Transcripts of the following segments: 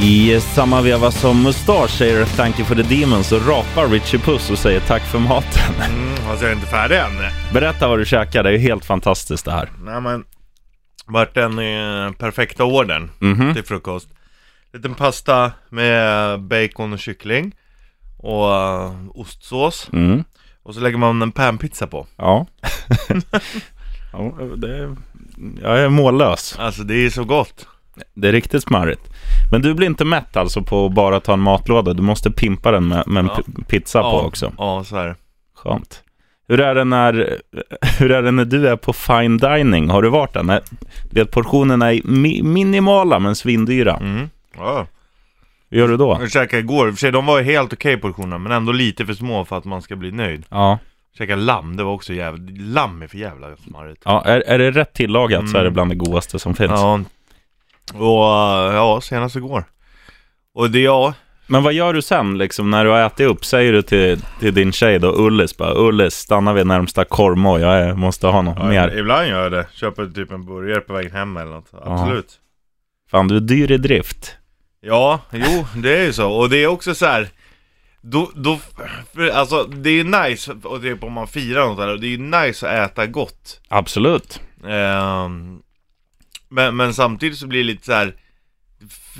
I samma veva som Mustasch säger “Thank you for the demon” så rapar Richie Puss och säger “Tack för maten”. Mm, alltså jag är inte färdig än. Berätta vad du käkar, det är ju helt fantastiskt det här. Nej men, vart den eh, perfekta ordern Mhm. till frukost. Liten pasta med bacon och kyckling. Och eh, ostsås. Mm. Och så lägger man en panpizza på. Ja. ja det är... Jag är mållös. Alltså det är så gott. Det är riktigt smarrigt. Men du blir inte mätt alltså på att bara ta en matlåda. Du måste pimpa den med, med en Ja. pi- pizza på också. Ja, så är det. Skönt. Hur är, det när, hur är det när du är på fine dining? Har du varit där? När- Du vet, portionerna är mi- minimala men svindyra. Mm. Ja. Hur gör du då? Jag käkade igår, i och för sig de var ju helt okej portionerna men ändå lite för små för att man ska bli nöjd. Ja. Käkade lamm, det var också jävligt, lamm är för jävla smarrigt. ja är, är det rätt tillagat så är det Mm. bland det godaste som finns. Ja. Och eh, ja, senast igår. Och det, ja, Men vad gör du sen liksom, när du har ätit upp? Säger du till, till din tjej då, Ullis, bara, Ullis, stanna vid närmsta korvmoj, jag är- måste ha något Ja, mer. Ibland gör jag det. Köper typ en burgare på vägen hem eller något. Absolut. Fan, du är dyr i drift. Ja, jo, det är ju så. Och det är också så här. Då, då, för, alltså det är ju nice, och typ om man firar något eller, det är ju nice att äta gott. Absolut. Ehm, men, men samtidigt så blir det lite så här.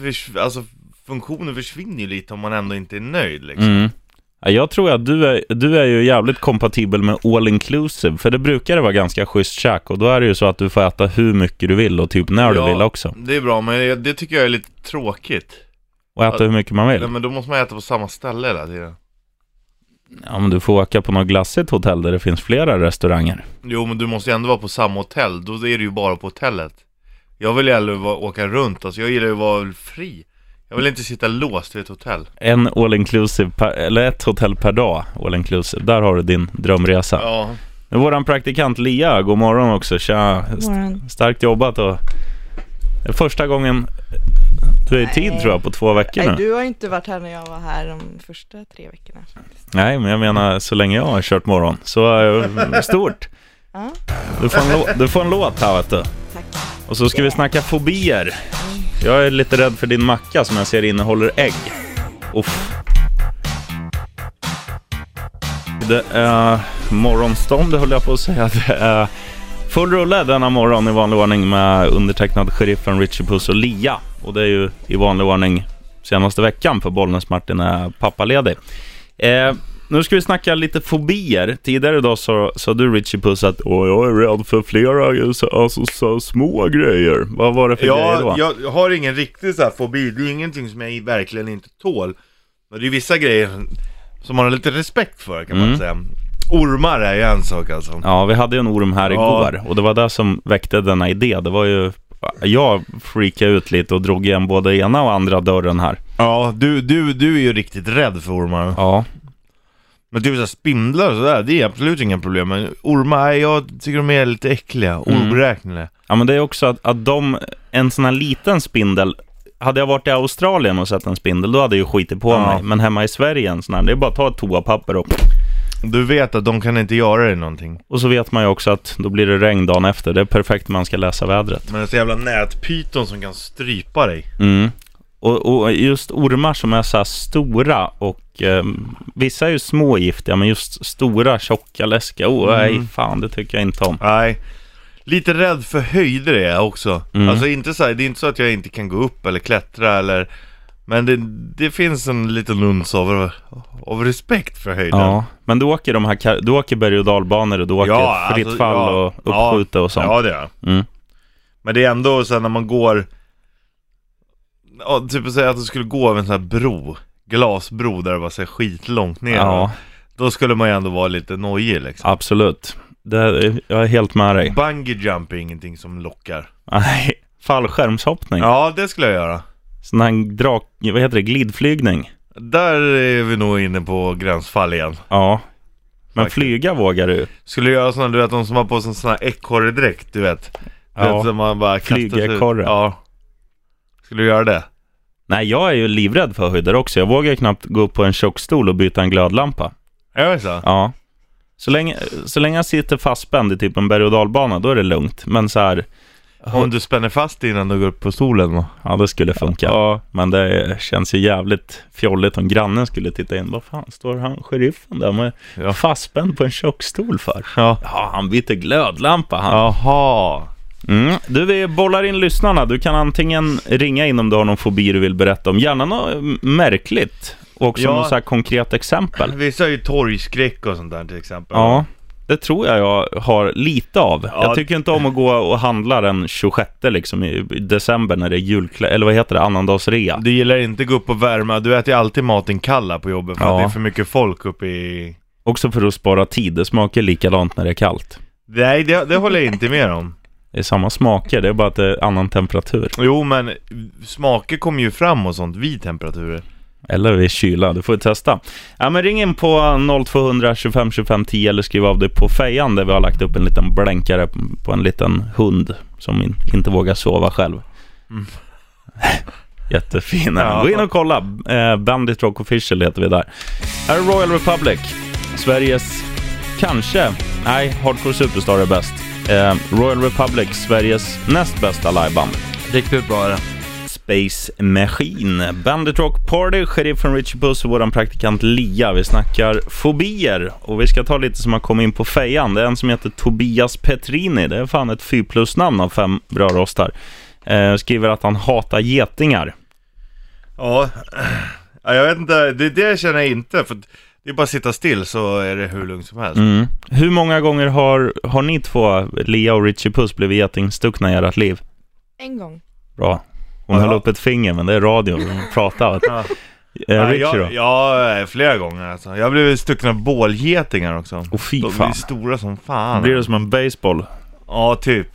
Förs, alltså funktionen försvinner ju lite om man ändå inte är nöjd liksom. Mm. Ja, Jag tror att du är, du är ju jävligt kompatibel med all inclusive, för det brukar det vara ganska schysst käk och då är det ju så att du får äta hur mycket du vill och typ när Ja. du vill också. Det är bra, men det, det tycker jag är lite tråkigt. Och äta hur mycket man Ja, vill. men då måste man äta på samma ställe hela tiden. Ja, men du får åka på något glassigt hotell där det finns flera restauranger. Jo men du måste ju ändå vara på samma hotell, då är du ju bara på hotellet Jag vill ju hellre vara, åka runt, alltså jag gillar ju att vara fri Jag vill inte sitta låst vid ett hotell En all inclusive, per, eller ett hotell per dag all inclusive. Där har du din drömresa. Ja, Nu är Våran praktikant Lia, god morgon också. Tja. St- morgon. starkt jobbat och det är första gången du är i tid Nej. tror jag på två veckor Nej, nu. du har inte varit här när jag var här de första tre veckorna. Nej, men jag menar så länge jag har kört morgon. Så eh, stort. Ja, Du får, en lå- du får en låt här vet du. tack. Och så ska vi snacka fobier. Jag är lite rädd för din macka som jag ser innehåller ägg. Uff. Det är morgonstånd höll jag på att säga. Det är full rulle denna morgon i vanlig ordning med undertecknad sheriffen Richie Puss och Lia. Och det är ju i vanlig ordning senaste veckan för Bollnäs-Martin är pappaledig. Eh, nu ska vi snacka lite fobier. Tidigare idag så sa du Richie Puss att Åh, jag är rädd för flera så- alltså, så små grejer. Vad var det för grejer då? jag, jag har ingen riktig så här fobi, det är ingenting som jag verkligen inte tål Men det är vissa grejer som man har lite respekt för kan man Mm. säga Ormar är ju en sak alltså Ja, vi hade ju en orm här Ja. igår och det var det som väckte denna idé. Det var ju, jag freakade ut lite och drog igen både ena och andra dörren här. Ja, du, du, du är ju riktigt rädd för ormar Ja, Men typ såhär spindlar och sådär, det är absolut inga problem Men ormar, nej, jag tycker de är lite äckliga, oberäkneliga ja men det är också att, att de, en sån här liten spindel, hade jag varit i Australien och sett en spindel, då hade jag ju skitit på Ja. mig. Men hemma i Sverige, en sån här, det är bara att ta ett toapapper och, Du vet att de kan inte göra dig någonting. och så vet man ju också att då blir det regn dagen efter. Det är perfekt när man ska läsa vädret. Men det är så jävla nätpyton som kan strypa dig. Mm. Och, och just ormar som är så här stora och eh, vissa är ju små giftiga men just stora, tjocka, läskiga, oh, Mm. nej fan det tycker jag inte om. Nej. Lite rädd för höjder är jag också. Mm. Alltså inte så här, det är inte så att jag inte kan gå upp eller klättra eller Men det, det finns en liten uns av, av respekt för höjden. Ja, men du åker de här, kar- du åker berg och dalbanor och du åker Ja, fritt alltså, fall ja. och uppskjuta och sånt. Ja det är jag. Mm. Men det är ändå så här när man går Ja, typ att säga att du skulle gå över en sån här bro Glasbro där det var så här skitlångt ner Ja, Då skulle man ju ändå vara lite nojig liksom absolut. Det, jag är helt med dig. Bungee jump är ingenting som lockar. Nej, fallskärmshoppning. Ja, det skulle jag göra. Sån här drak, vad heter det, glidflygning. Där är vi nog inne på gränsfall igen. Ja. Men Faktiskt. flyga vågar du. Skulle jag göra sådana, du vet de som har på sig en sån här ekorredräkt, du vet. Du Ja. vet som man bara kastar sig ut. Flygekorre. Ja. Skulle du göra det? Nej, jag är ju livrädd för höjder också. Jag vågar ju knappt gå upp på en tjock stol och byta en glödlampa. Är det så? Ja. Så länge, så länge jag sitter fastspänd i typ en berg och dalbana, då är det lugnt. Men så här, Om du spänner fast dig innan du går upp på stolen då. Ja, det skulle funka. Ja. Men det känns ju jävligt fjolligt om grannen skulle titta in. Vad fan står han, sheriffen där med Ja. fastspänd på en tjockstol för? Ja. Ja, han byter glödlampa han. Jaha. Mm. Du, vi bollar in lyssnarna. Du kan antingen ringa in om du har någon fobi du vill berätta om. Gärna något eh, märkligt. Och också Ja. något så här konkret exempel. Vissa har ju torgskräck och sånt där till exempel. Ja, det tror jag jag har lite av. Ja. Jag tycker inte om att gå och handla den 26 liksom i i december när det är julklä... Eller vad heter det? Annandagsrea. Du gillar inte att gå upp och värma, du äter ju alltid maten kalla på jobbet för Ja. att det är för mycket folk uppe i... Också för att spara tid. Det smakar likadant när det är kallt. Nej, det, det håller jag inte med om. Det är samma smaker, det är bara att det är annan temperatur. Jo, men smaker kommer ju fram och sånt vid temperaturer. Eller vid kyla, du får ju testa. Ja, men ring in på 0200 25 25 10 eller skriv av dig på fejan där vi har lagt upp en liten blänkare på en liten hund som in, inte vågar sova själv. Mm. Jättefin. Ja. Gå in och kolla. Eh, Bandit Rock Official heter vi där. Här är Royal Republic. Sveriges, kanske, nej, Hardcore Superstar är bäst. Eh, Royal Republic, Sveriges näst bästa liveband. Riktigt bra är det. Space Machine, Bandit Rock Party, Sheriffen Richie Puss och vår praktikant Lia. Vi snackar fobier och vi ska ta lite som har kommit in på fejan. Det är en som heter Tobias Petrini. Det är fan ett 4 plus namn av fem brödrostar. Eh, skriver att han hatar getingar. Ja. ja, jag vet inte, det, det känner jag inte för att det är bara att sitta still så är det hur lugnt som helst. Mm. Hur många gånger har, har ni två, Lia och Richie Puss, blivit getingstuckna i ert liv? En gång. Bra. Hon Ja. höll upp ett finger, men det är radio. Hon pratar. vet du. Eh, Ja. Ja, Richie då? jag, ja, flera gånger alltså. Jag blev stucken av bålgetingar också. Åh fy De fan. blir stora som fan. Blir det som en baseball? Ja, typ.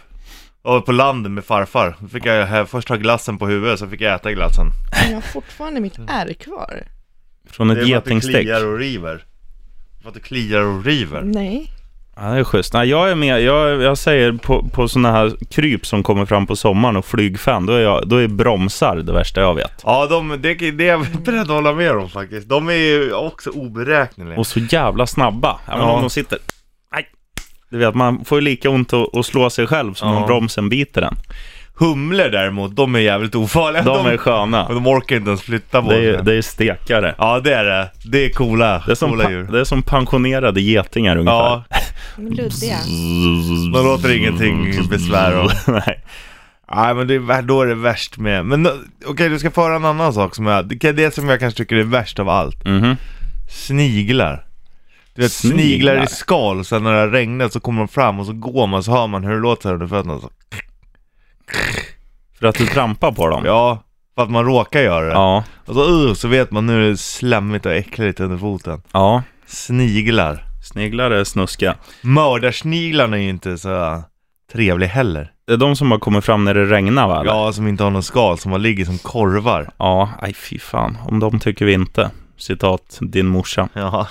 Jag var på landet med farfar. Då fick jag här, först ha glassen på huvudet, så fick jag äta glassen. Men jag har fortfarande mitt ärr kvar. Från Det ett är för att det getingstick? kliar och river. För att det kliar och river. Nej. Ja, det är schysst. Nej, jag är med. Jag, jag säger på, på sådana här kryp som kommer fram på sommaren och flygfan, då är, jag, då är bromsar det värsta jag vet. Ja, de, det, det är jag beredd att hålla med om faktiskt. De är ju också oberäkneliga. Och så jävla snabba. Ja, men Ja. om de sitter... Aj. Du vet, man får ju lika ont att, att slå sig själv som Ja. om bromsen biter en. Humlor däremot, de är jävligt ofarliga. De är sköna. Men de orkar inte ens flytta på Det är, sig. det är stekare. Ja, det är det. Det är coola, Det är, som coola pa- djur. det är som pensionerade getingar ungefär. Ja, De är luddiga. de låter ingenting besvära dem. Nej. Nej men det är, vär- då är det värst med. Men eh, okej du ska föra en annan sak som är, det kan- det som jag kanske tycker är värst av allt. Mhm. Sniglar. Du vet sniglar, Sniglar i skal, sen när det har regnat så kommer de fram och så går man så hör man hur det låter under fötterna. Så. För att du trampar på dem. Ja, för att man råkar göra det. Ja. Och så, uh, så vet man nu är det slemmigt och äckligt under foten. ja. Sniglar. Sniglar är snuska. Mördarsniglarna är ju inte så trevlig heller. Det är de som har kommit fram när det regnar va? eller? Ja, som inte har någon skal, som bara ligger som korvar. Ja, aj fy fan. Om dem tycker vi inte. Citat din morsa. Ja.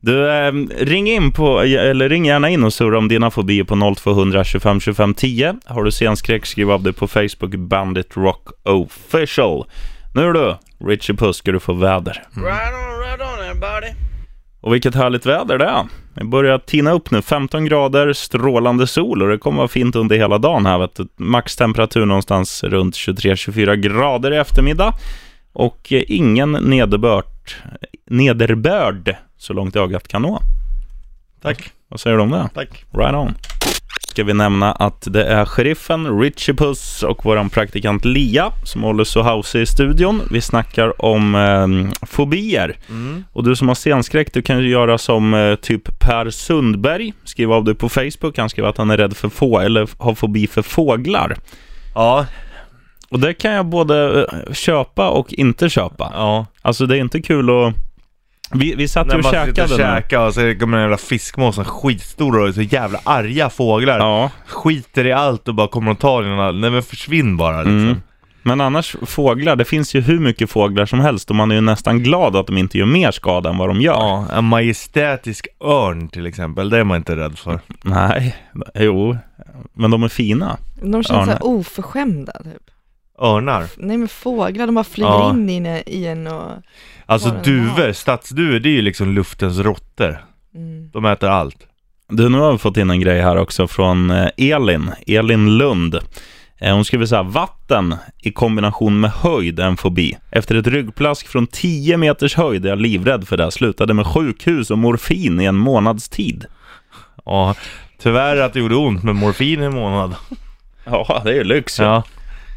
Du, eh, ring in på, eller ring gärna in och surra om dina fobier på 0200 25 25 10. Har du scenskräck, skriv av dig på Facebook, Bandit Rock Official. Nu du, Richie Puss, ska du få väder. Right on, right on everybody. Och vilket härligt väder det är. Det börjar tina upp nu, 15 grader, strålande sol och det kommer vara fint under hela dagen här. Vet du. Maxtemperatur någonstans runt 23-24 grader i eftermiddag och eh, ingen nederbörd, nederbörd så långt ögat kan nå. Tack, Vad säger du om det? tack. Right on. Ska vi nämna att det är sheriffen, Richie Puss och vår praktikant Lia som håller så house i studion. Vi snackar om eh, fobier. Mm. Och du som har scenskräck, du kan ju göra som eh, typ Per Sundberg. Skriva av dig på Facebook. Han skriver att han är rädd för få eller f- har fobi för fåglar. Ja, Och det kan jag både eh, köpa och inte köpa. ja. Alltså det är inte kul att... Vi, vi satt ju När och man sitter käkade och nu. käkar och så kommer en jävla fiskmås som är skitstor och är så jävla arga fåglar. Ja, Skiter i allt och bara kommer och tar dina... Nej men försvinn bara liksom. mm. Men annars fåglar, det finns ju hur mycket fåglar som helst och man är ju nästan glad att de inte gör mer skada än vad de gör. Ja, en majestätisk örn till exempel, det är man inte rädd för. Nej, jo, men de är fina. De Ja, känns så nej. här oförskämda typ. Örnar. Nej men fåglar, de bara flyger Ja. in i en, i en och... Alltså Vad den har. duvor, stadsduvor, det är ju liksom luftens råttor. Mm. De äter allt. Du, nu har vi fått in en grej här också från eh, Elin, Elin Lund. Eh, Hon skriver så här, vatten i kombination med höjd är en fobi. Efter ett ryggplask från 10 meters höjd är jag livrädd för det. Slutade med sjukhus och morfin i en månads tid. Ja, tyvärr att det gjorde ont med morfin i en månad. Ja, det är ju lyx. ju. Ja.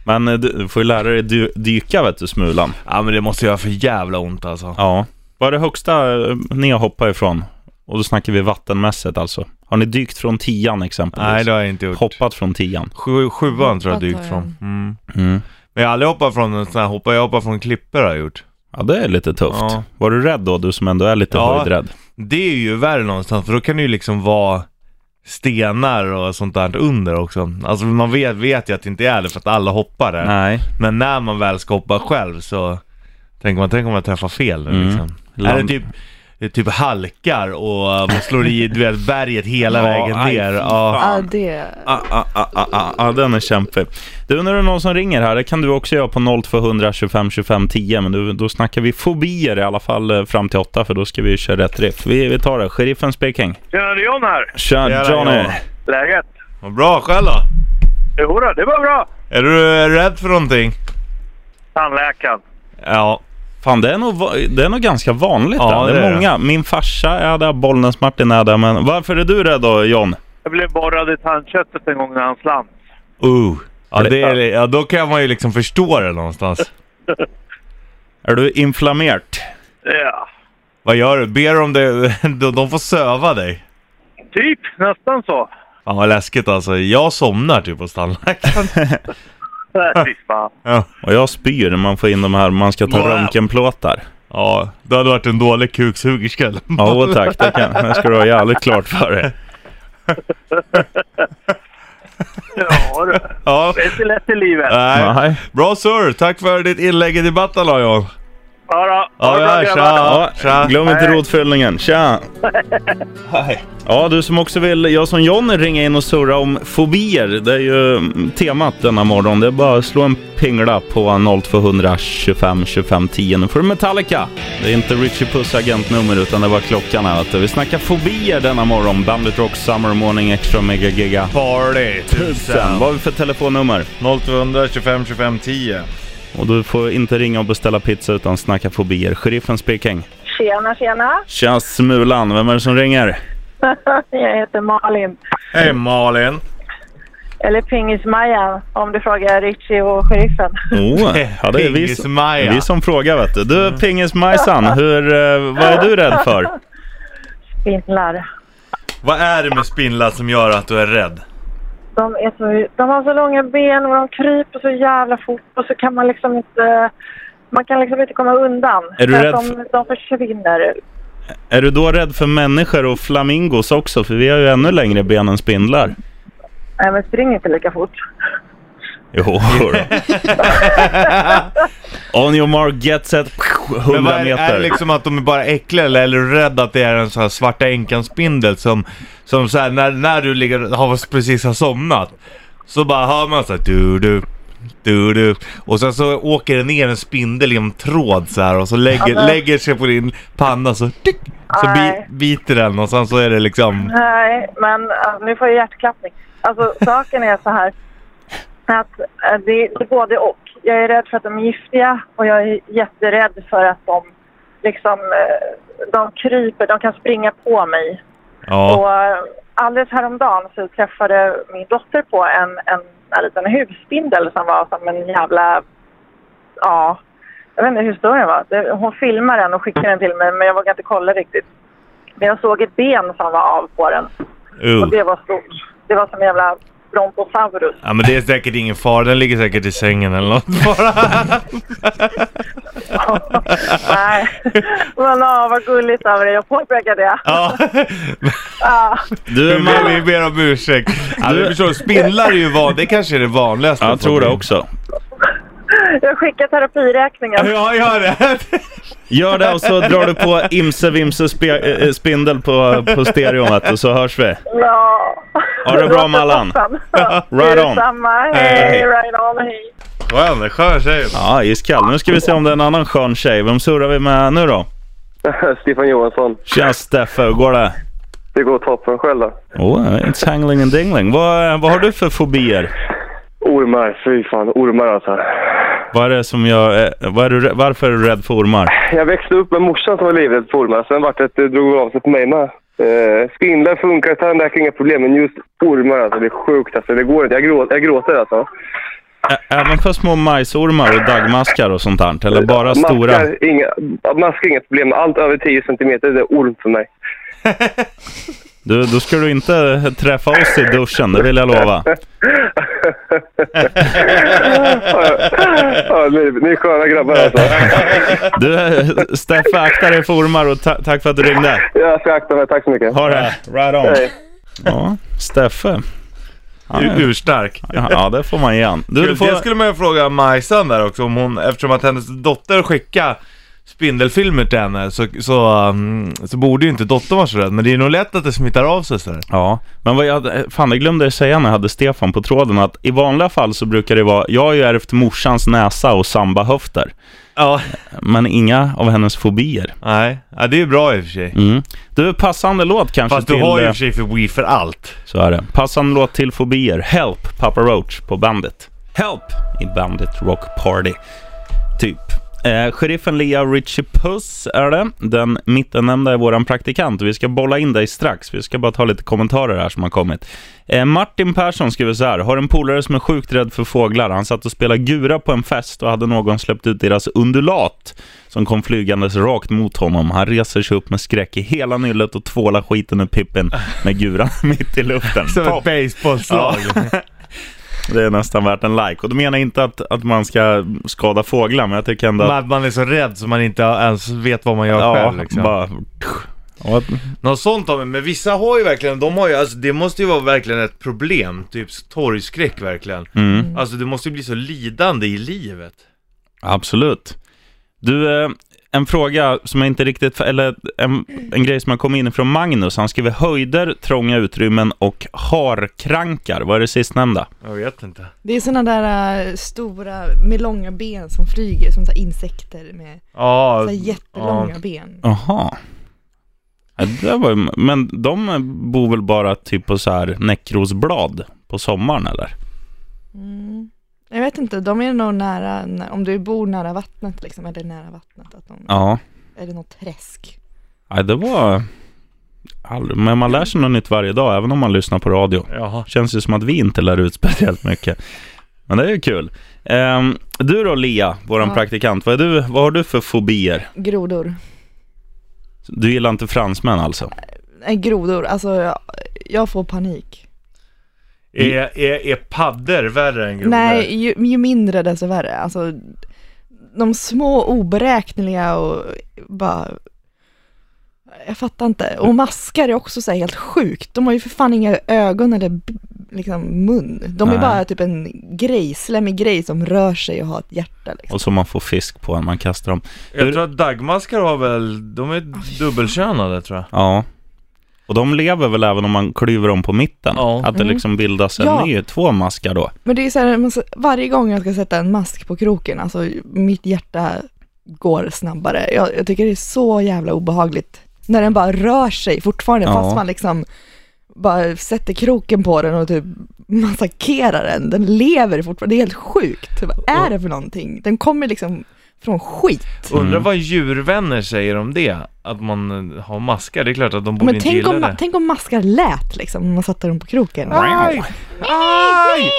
Men eh, du får ju lära dig dy- dyka vet du, Smulan. ja, men det måste göra för jävla ont alltså. Ja. Vad är det högsta eh, ni har hoppat ifrån? Och då snackar vi vattenmässigt alltså. Har ni dykt från tian exempelvis? Nej, det har jag inte gjort. Hoppat från tian? Sju, sjuan tror jag Hoppat dykt har jag. från. Mm. Mm. Men jag har aldrig hoppat från en sån här hoppa, jag hoppar från klippor har jag gjort. Ja, det är lite tufft. Ja. Var du rädd då, du som ändå är lite Ja. höjdrädd? Det är ju värre någonstans, för då kan det ju liksom vara stenar och sånt där under också. Alltså man vet, vet ju att det inte är det för att alla hoppar där. Nej. Men när man väl ska hoppa själv så tänker man, tänk om jag träffar fel nu Mm. liksom. Land- Är det typ, det är typ halkar och uh, man slår i du vet, berget hela Ja, vägen aj, ner. fy Ja. Ja, det... Ah, ah, ah, ah, ah, ah, den är kämpig. Du, nu är det någon som ringer här. Det kan du också göra på 0200 25 25 10. Men du, då snackar vi fobier i alla fall eh, fram till 8, för då ska vi köra rätt riff. Vi, vi tar det. Sheriffen speaking. Tjena, det är John här. Tja, Tjena, Johnny. John. Läget? Vad bra, själv då? Jo då, det var bra. Är du eh, rädd för någonting? Tandläkaren. Ja. Fan, det är nog, va- det är nog ganska vanligt. Ja, där. det, det är är många. Min farsa är där, Bollnäs-Martin är där. Men varför är du rädd då, John? Jag blev borrad i tandköttet en gång när han slant. Uh. Ja, Är det- det är, ja, då kan man ju liksom förstå det någonstans. Är du inflammert? Ja, Vad gör du? Ber om det? De de får söva dig. typ nästan så. Fan vad läskigt alltså. Jag somnar typ hos tandläkaren. Nej, fy fan. Ja. Och jag spyr när man får in de här, man ska ta Wow. röntgenplåtar. ja, du hade varit en dålig kuksugerska. eller? Ja, åh, tack. Det, kan, det ska du ha jävligt klart för dig. Ja, du. ja. det är inte lätt i livet. Nej. Nej. Bra sir, tack för ditt inlägg i debatten då John. Ja, då. Ja, Ha det bra, ja, grabbar. tja. Ja, tja. glöm inte rotfyllningen. Tja! Ja, du som också vill, jag som Johnny, ringa in och surra om fobier. Det är ju mm, temat denna morgon. Det är bara att slå en pingla på 0200 25 25 10. Nu får du Metallica. Det är inte Richie Puss agentnummer, utan det var klockan här. vet du. Vi snackar fobier denna morgon. Bandit Rock Summer Morning Extra Mega Giga. Party! Tusen. Vad har vi för telefonnummer? 0200 25 25 10. Och du får inte ringa och beställa pizza utan snacka fobier. Sheriffen speaking. Tjena, tjena. Tja Smulan, vem är det som ringer? Jag heter Malin. Hej Malin! Eller Pingis-Maja om du frågar Richie och sheriffen. Oh, ja, det är vi, som, Pingis-Maja. vi som frågar vet du. Mm. Du Pingis-Majsan, hur, eh, vad är du rädd för? Spindlar. Vad är det med spindlar som gör att du är rädd? De, är så, de har så långa ben och de kryper så jävla fort och så kan man liksom inte... Man kan liksom inte komma undan. Är du För rädd att de, de försvinner. Är du då rädd för människor och flamingos också? För vi har ju ännu längre ben än spindlar. Nej, men spring inte lika fort. Jo, då. On your mark, get set, 100 Men vad är, är meter. det liksom att de är bara äckliga eller är du rädd att det är en sån här svarta änkan-spindel som, som så här, när, när du ligger, har precis har somnat så bara hör man så här du du du du och sen så åker det ner en spindel i en tråd så här och så lägger, Ja, men- lägger sig på din panna så tick, så bi, Alltså- Nej. biter den och sen så är det liksom Nej, men äh, nu får jag hjärtklappning. Alltså, saken är så här att äh, det det är både och. Jag är rädd för att de är giftiga och jag är jätterädd för att de liksom äh, de kryper, de kan springa på mig. ja. Och äh, alldeles häromdagen så träffade min dotter på en, en, en liten husspindel som var som en jävla, ja, jag vet inte hur stor den var. Det- Hon filmade den och skickade den till mig men jag vågade inte kolla riktigt. Men jag såg ett ben som var av på den. Uh. Och det var stort. Det var som en jävla brontosaurus. Ja men det är säkert ingen fara, den ligger säkert i sängen eller något bara. Nej. Men ja, vad gulligt av dig att påpeka det. Ja. Ja. Du, Vi Mal- ber, vi ber om ursäkt. Ja, du förstår, spindlar är ju van, det kanske är det vanligaste. Ja, jag tror det också. Jag skickar terapiräkningen. Ja, gör det. Gör det och så drar du på Imse Vimse spe- eh, spindel på, på stereon vet du, så hörs vi. Ja. Ha det bra, Mallan. Toppen. Ja, Right on. Detsamma. Hej. Hej, right on. Hej. Skön, skön tjej. Ja, iskall. Nu ska vi se om det är en annan skön tjej. Vem surrar vi med nu då? Stefan Johansson. Tja Steffe, hur går det? Det går toppen själv då. Oh, it's hangling and dingling. Vad, vad har du för fobier? Ormar, fy fan. Ormar alltså. Vad är det som jag, eh, vad är du, rä- varför är du rädd för ormar? Jag växte upp med morsan som var livrädd för ormar. Sen vart det att det drog av sig på mig med. Eh, spindlar funkar, tandläkare inga problem. Men just ormar alltså, det är sjukt alltså. Det går inte. Jag, grå- jag gråter alltså. Ä- Även för små majsormar och daggmaskar och sånt där? Eller bara stora? Maskar, inga, maskar inga problem. Allt över 10 centimeter det är orm för mig. Du, då ska du inte träffa oss i duschen, det vill jag lova. ja, ni, ni är sköna grabbar alltså. Du, eh, Steffe, akta dig för ormar och ta- tack för att du ringde. Jag ska akta mig. Tack så mycket. Ha det! Right on. Hej. Ja, Steffe. Han är- Urstark. Ja, det får man igen. Du, du Kul. Det får... skulle man ju fråga Majsan där också om hon, eftersom att hennes dotter skickade spindelfilmer till henne så, så, um, så borde ju inte dottern vara så rädd. Men det är nog lätt att det smittar av sig sådär. Ja, men vad jag, fan jag glömde säga när jag hade Stefan på tråden att i vanliga fall så brukar det vara, jag har ju ärvt morsans näsa och sambahöfter, Ja. men inga av hennes fobier. Nej, ja, det är ju bra i och för sig. Mm. Du, passande låt kanske Fast till... du har ju i eh, och för sig fobi för allt. Så är det. Passande låt till fobier. Help, Papa Roach på Bandit. Help i Bandit Rock Party. Typ. Eh, sheriffen Lea Richie Puss är det. Den mittennämnda är våran praktikant. Vi ska bolla in dig strax. Vi ska bara ta lite kommentarer här som har kommit. Eh, Martin Persson skriver så här. Har en polare som är sjukt rädd för fåglar. Han satt och spelade gura på en fest och hade någon släppt ut deras undulat som kom flygandes rakt mot honom. Han reser sig upp med skräck i hela nyllet och tvålar skiten ur pippen med guran mitt i luften. Som ett Topp. basebollslag. Det är nästan värt en like. Och då menar jag inte att, att man ska skada fåglar, men jag tycker ändå att... Man, man är så rädd så man inte ens vet vad man gör Ja, själv liksom. bara... Ja, Något sånt har vi, men vissa har ju verkligen, de har ju, alltså det måste ju vara verkligen ett problem, typ torgskräck verkligen. Mm. Alltså du måste ju bli så lidande i livet. absolut. Du, eh, en fråga som jag inte riktigt... Eller en, en grej som har kommit in från Magnus. Han skriver höjder, trånga utrymmen och harkrankar. Vad är det sistnämnda? Jag vet inte. Det är sådana där äh, stora med långa ben som flyger, som tar insekter med Ja, så här jättelånga ja. ben. Jaha. Ja, det där var, ju- men de bor väl bara typ på så här näckrosblad på sommaren, eller? Mm. Jag vet inte, de är nog nära, nä- om du bor nära vattnet liksom, eller nära vattnet, att de, Ja. är det något träsk? Nej, det var... All... Men man lär sig något nytt varje dag, även om man lyssnar på radio. Jaha. Känns ju som att vi inte lär ut speciellt mycket. Men det är ju kul. Ehm, du då Lea, våran Ja. praktikant, vad, är du, vad har du för fobier? Grodor. Du gillar inte fransmän alltså? Nej, grodor, alltså jag, jag får panik. Är, är, är padder värre än grodor? Nej, ju, ju mindre desto värre. Alltså, de små oberäkneliga och bara... Jag fattar inte. Och maskar är också så här helt sjukt. De har ju för fan inga ögon eller b- liksom mun. De Nej. är bara typ en grej, slemmig grej som rör sig och har ett hjärta liksom. Och så man får fisk på när man kastar dem. Jag tror att dagmaskar har väl, de är dubbelkönade tror jag. Ja. Och de lever väl även om man klyver dem på mitten? Ja. Att det liksom bildas en Mm. Ja. ny, två maskar då? Men det är så här, man ska- varje gång jag ska sätta en mask på kroken, alltså mitt hjärta går snabbare. Jag, jag tycker det är så jävla obehagligt. När den bara rör sig fortfarande, Ja. fast man liksom bara sätter kroken på den och typ massakrerar den. Den lever fortfarande, det är helt sjukt. Vad är det för någonting? Den kommer liksom från skit. Undrar vad djurvänner säger om det? Att man eh, har maskar, det är klart att de borde Men inte tänk gilla om, ma- det. tänk om maskar lät liksom, när man satte dem på kroken. Aj! Aj!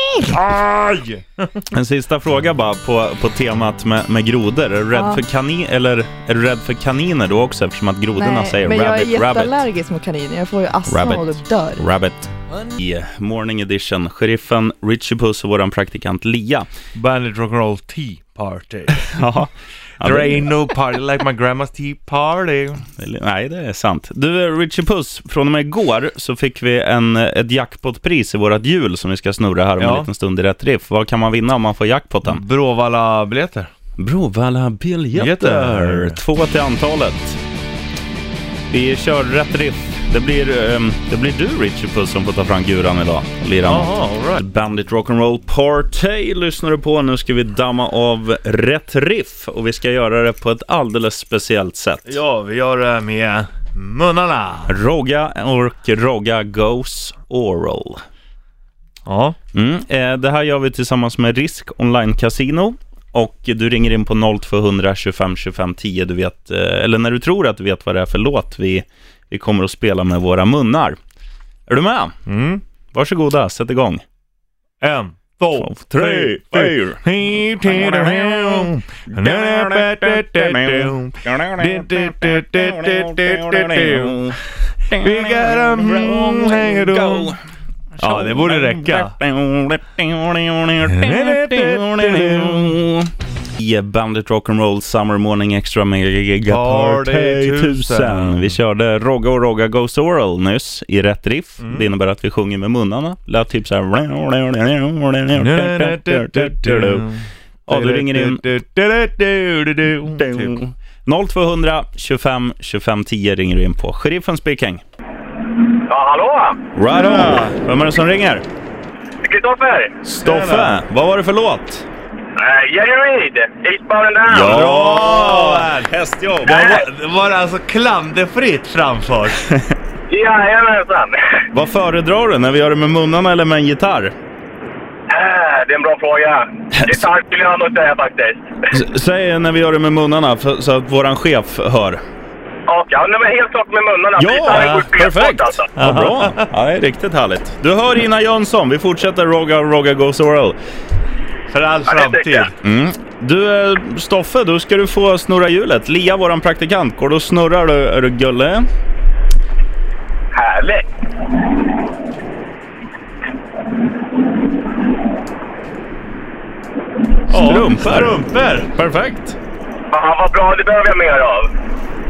Aj! En sista fråga bara på, på temat med, med grodor. Är du rädd Ja. för kanin, eller är du rädd för kaniner då också eftersom att grodorna säger men jag är rabbit, rabbit, jätteallergisk mot kaniner. Jag får ju astma Rabbit. och då dör. rabbit. I morning edition, sheriffen Richie Puss och våran praktikant Lia. Bandit Rock'n'Roll Tea Party. Ja. Ja, There det, ain't no party like my grandma's tea party. nej, det är sant. Du, Richie Puss, från och med igår så fick vi en, ett jackpotpris i vårat hjul som vi ska snurra här om en Ja. liten stund i rätt riff. Vad kan man vinna om man får jackpoten? Bråvalla-biljetter. Bråvalla biljetter. Biljetter. Två till antalet. Vi kör rätt riff. Det blir, ehm, det blir du Richie Puss som får ta fram guran idag och lira något. Jaha, alright. Bandit Rock'n'Roll Party lyssnar du på. Nu ska vi damma av rätt riff och vi ska göra det på ett alldeles speciellt sätt. Ja, vi gör det med munnarna. Rogga och Rogga Goes Oral. Ja. Mm. Eh, det här gör vi tillsammans med Risk Online Casino. Och du ringer in på 0200 25 25 10. Du vet, eh, eller när du tror att du vet vad det är för låt vi, vi kommer att spela med våra munnar. Är du med? Mm. Varsågoda, sätt igång. En, två, tre, tre, fyra. Ja, det borde räcka. I Bandit Rock'n'Roll Summer Morning Extra Mega Party Party 1000. 1000. Vi körde Rogga och Rogga Goes Oral nyss i rätt riff. Mm. Det innebär att vi sjunger med munnarna. Lät typ så här. Ja, du ringer in. Typ. 0200 25 25 10 ringer du in på. Sheriffen speaking. Ja, hallå? Right on. Vem är det som ringer? Kristoffer? Stoffe, vad var det för låt? Uh, Jerry Reed, Eastbound and Down. Bra! Hästjobb! Det var, det var alltså klanderfritt framfört. Jajamensan. Vad föredrar du, när vi gör det med munnarna eller med en gitarr? Eh, Det är en bra fråga. Gitarr skulle jag nog säga faktiskt. S- Säg när vi gör det med munnarna för, så att våran chef hör. Och, ja, nej, men helt klart med munnarna. för gitarren går Ja, ju fel perfekt! bort, alltså. Ja, bra! Ja, det är riktigt härligt. Du hör Ina Jönsson. Vi fortsätter Rogga Rogga Goes Oral. För all det tycker framtid. jag. Mm. Du eh, Stoffe, då ska du få snurra hjulet. Lia, våran praktikant, går du och snurrar du, är du gulle? Härligt! Ja, Strumpor. Strumpor! Perfekt! Ja, vad bra. Det behöver jag mer av.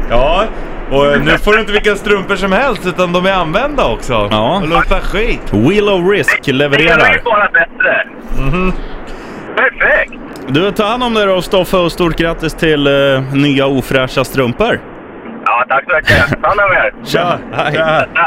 Ja, och eh, nu får du inte vilka strumpor som helst utan de är använda också. Ja. Och luktar skit. Wheel of Risk Det blir levererar. Mhm. bara bättre. Perfekt! Du, ta hand om dig då Stoffe och stort grattis till eh, nya ofräscha strumpor. Ja, tack så mycket. Ta hand om er. Tja! Hej!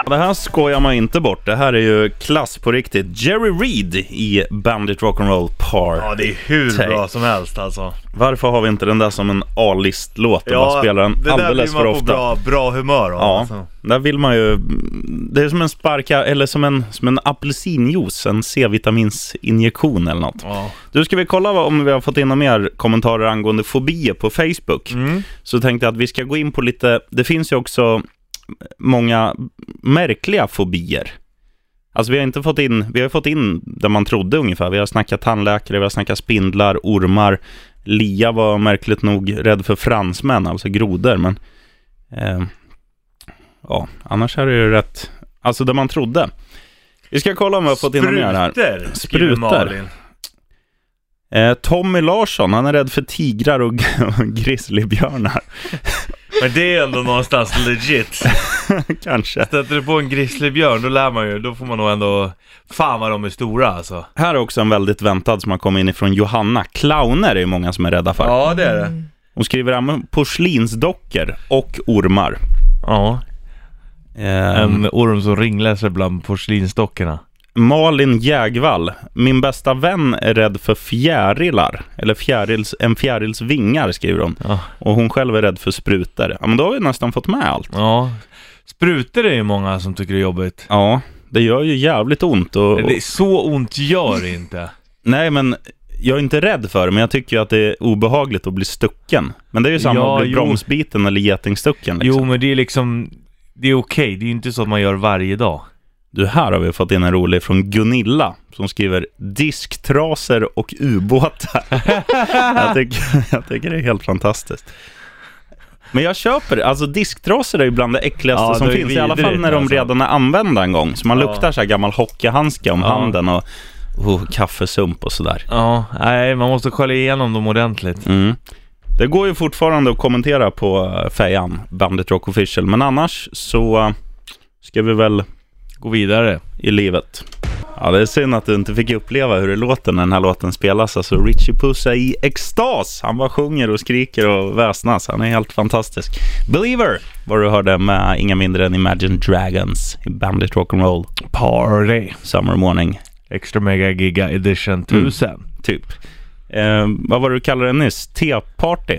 Det här skojar man inte bort. Det här är ju klass på riktigt. Jerry Reed i Bandit Rock'n'Roll Par. Ja, det är hur Take. bra som helst alltså. Varför har vi inte den där som en A-listlåt och bara spelar den det där blir alldeles man för på ofta? bra, bra humör av. Ja, Alltså. där vill man ju... Det är som en sparka, eller som en, som en apelsinjuice, en C-vitaminsinjektion eller något. Ja. Du, ska vi kolla vad- om vi har fått in några mer kommentarer angående fobier på Facebook? Så tänkte jag att vi ska gå in på lite... Det finns ju också många märkliga fobier. Alltså vi har inte fått in, vi har fått in där man trodde ungefär. Vi har snackat tandläkare, vi har snackat spindlar, ormar. Lia var märkligt nog rädd för fransmän, alltså grodor, men... Eh, ja, annars är det ju rätt... Alltså där man trodde. Vi ska kolla om vi har fått in några mer här. Sprutor, skriver Sprutor. Malin. Eh, Tommy Larsson, han är rädd för tigrar och grizzlybjörnar. Men det är ändå någonstans legit. Kanske. Sätter du på en grizzlybjörn, då lär man ju, då får man nog ändå... Fan vad de är stora alltså. Här är också en väldigt väntad som har kommit in ifrån Johanna. Clowner är ju många som är rädda för. Ja, det är det. Hon skriver här med porslinsdockor och ormar. Ja, Eh, en orm som ringlar sig bland porslinsdockorna. Malin Jägvall, min bästa vän är rädd för fjärilar. Eller fjärils, en fjärils vingar skriver hon. Ja. Och hon själv är rädd för sprutor. Ja, men då har vi nästan fått med allt. Ja. Sprutor är ju många som tycker det är jobbigt. Ja, det gör ju jävligt ont. Och, och, Det är så ont gör det inte. Nej, men jag är inte rädd för det, men jag tycker ju att det är obehagligt att bli stucken. Men det är ju samma Ja, att bli jo. bromsbiten eller getingstucken liksom. Jo, men det är liksom... Det är okej, det är ju inte så att man gör varje dag. Du, här har vi fått in en rolig från Gunilla som skriver disktraser och ubåtar. jag, tycker, jag tycker det är helt fantastiskt. Men jag köper det. Alltså disktraser är ju bland det äckligaste Ja, som det är finns. I alla fall vidrigt, när de alltså. redan är använda en gång. Så man Ja. luktar så här gammal hockeyhandske om Ja. handen och oh, kaffesump och sådär. Ja, nej, man måste skölja igenom dem ordentligt. Mm. Det går ju fortfarande att kommentera på eh, fejan, Bandit Rock Official, men annars så eh, ska vi väl Gå vidare. i livet. Ja, det är synd att du inte fick uppleva hur det låter när den här låten spelas. Alltså Richie Puss är i extas. Han bara sjunger och skriker och väsnas. Han är helt fantastisk. Believer var du hörde med inga mindre än Imagine Dragons i Bandit Rock'n'Roll Party. Summer Morning, Extra mega giga Mm. edition 1000. typ. Eh, vad var det du kallade den nyss? T-party.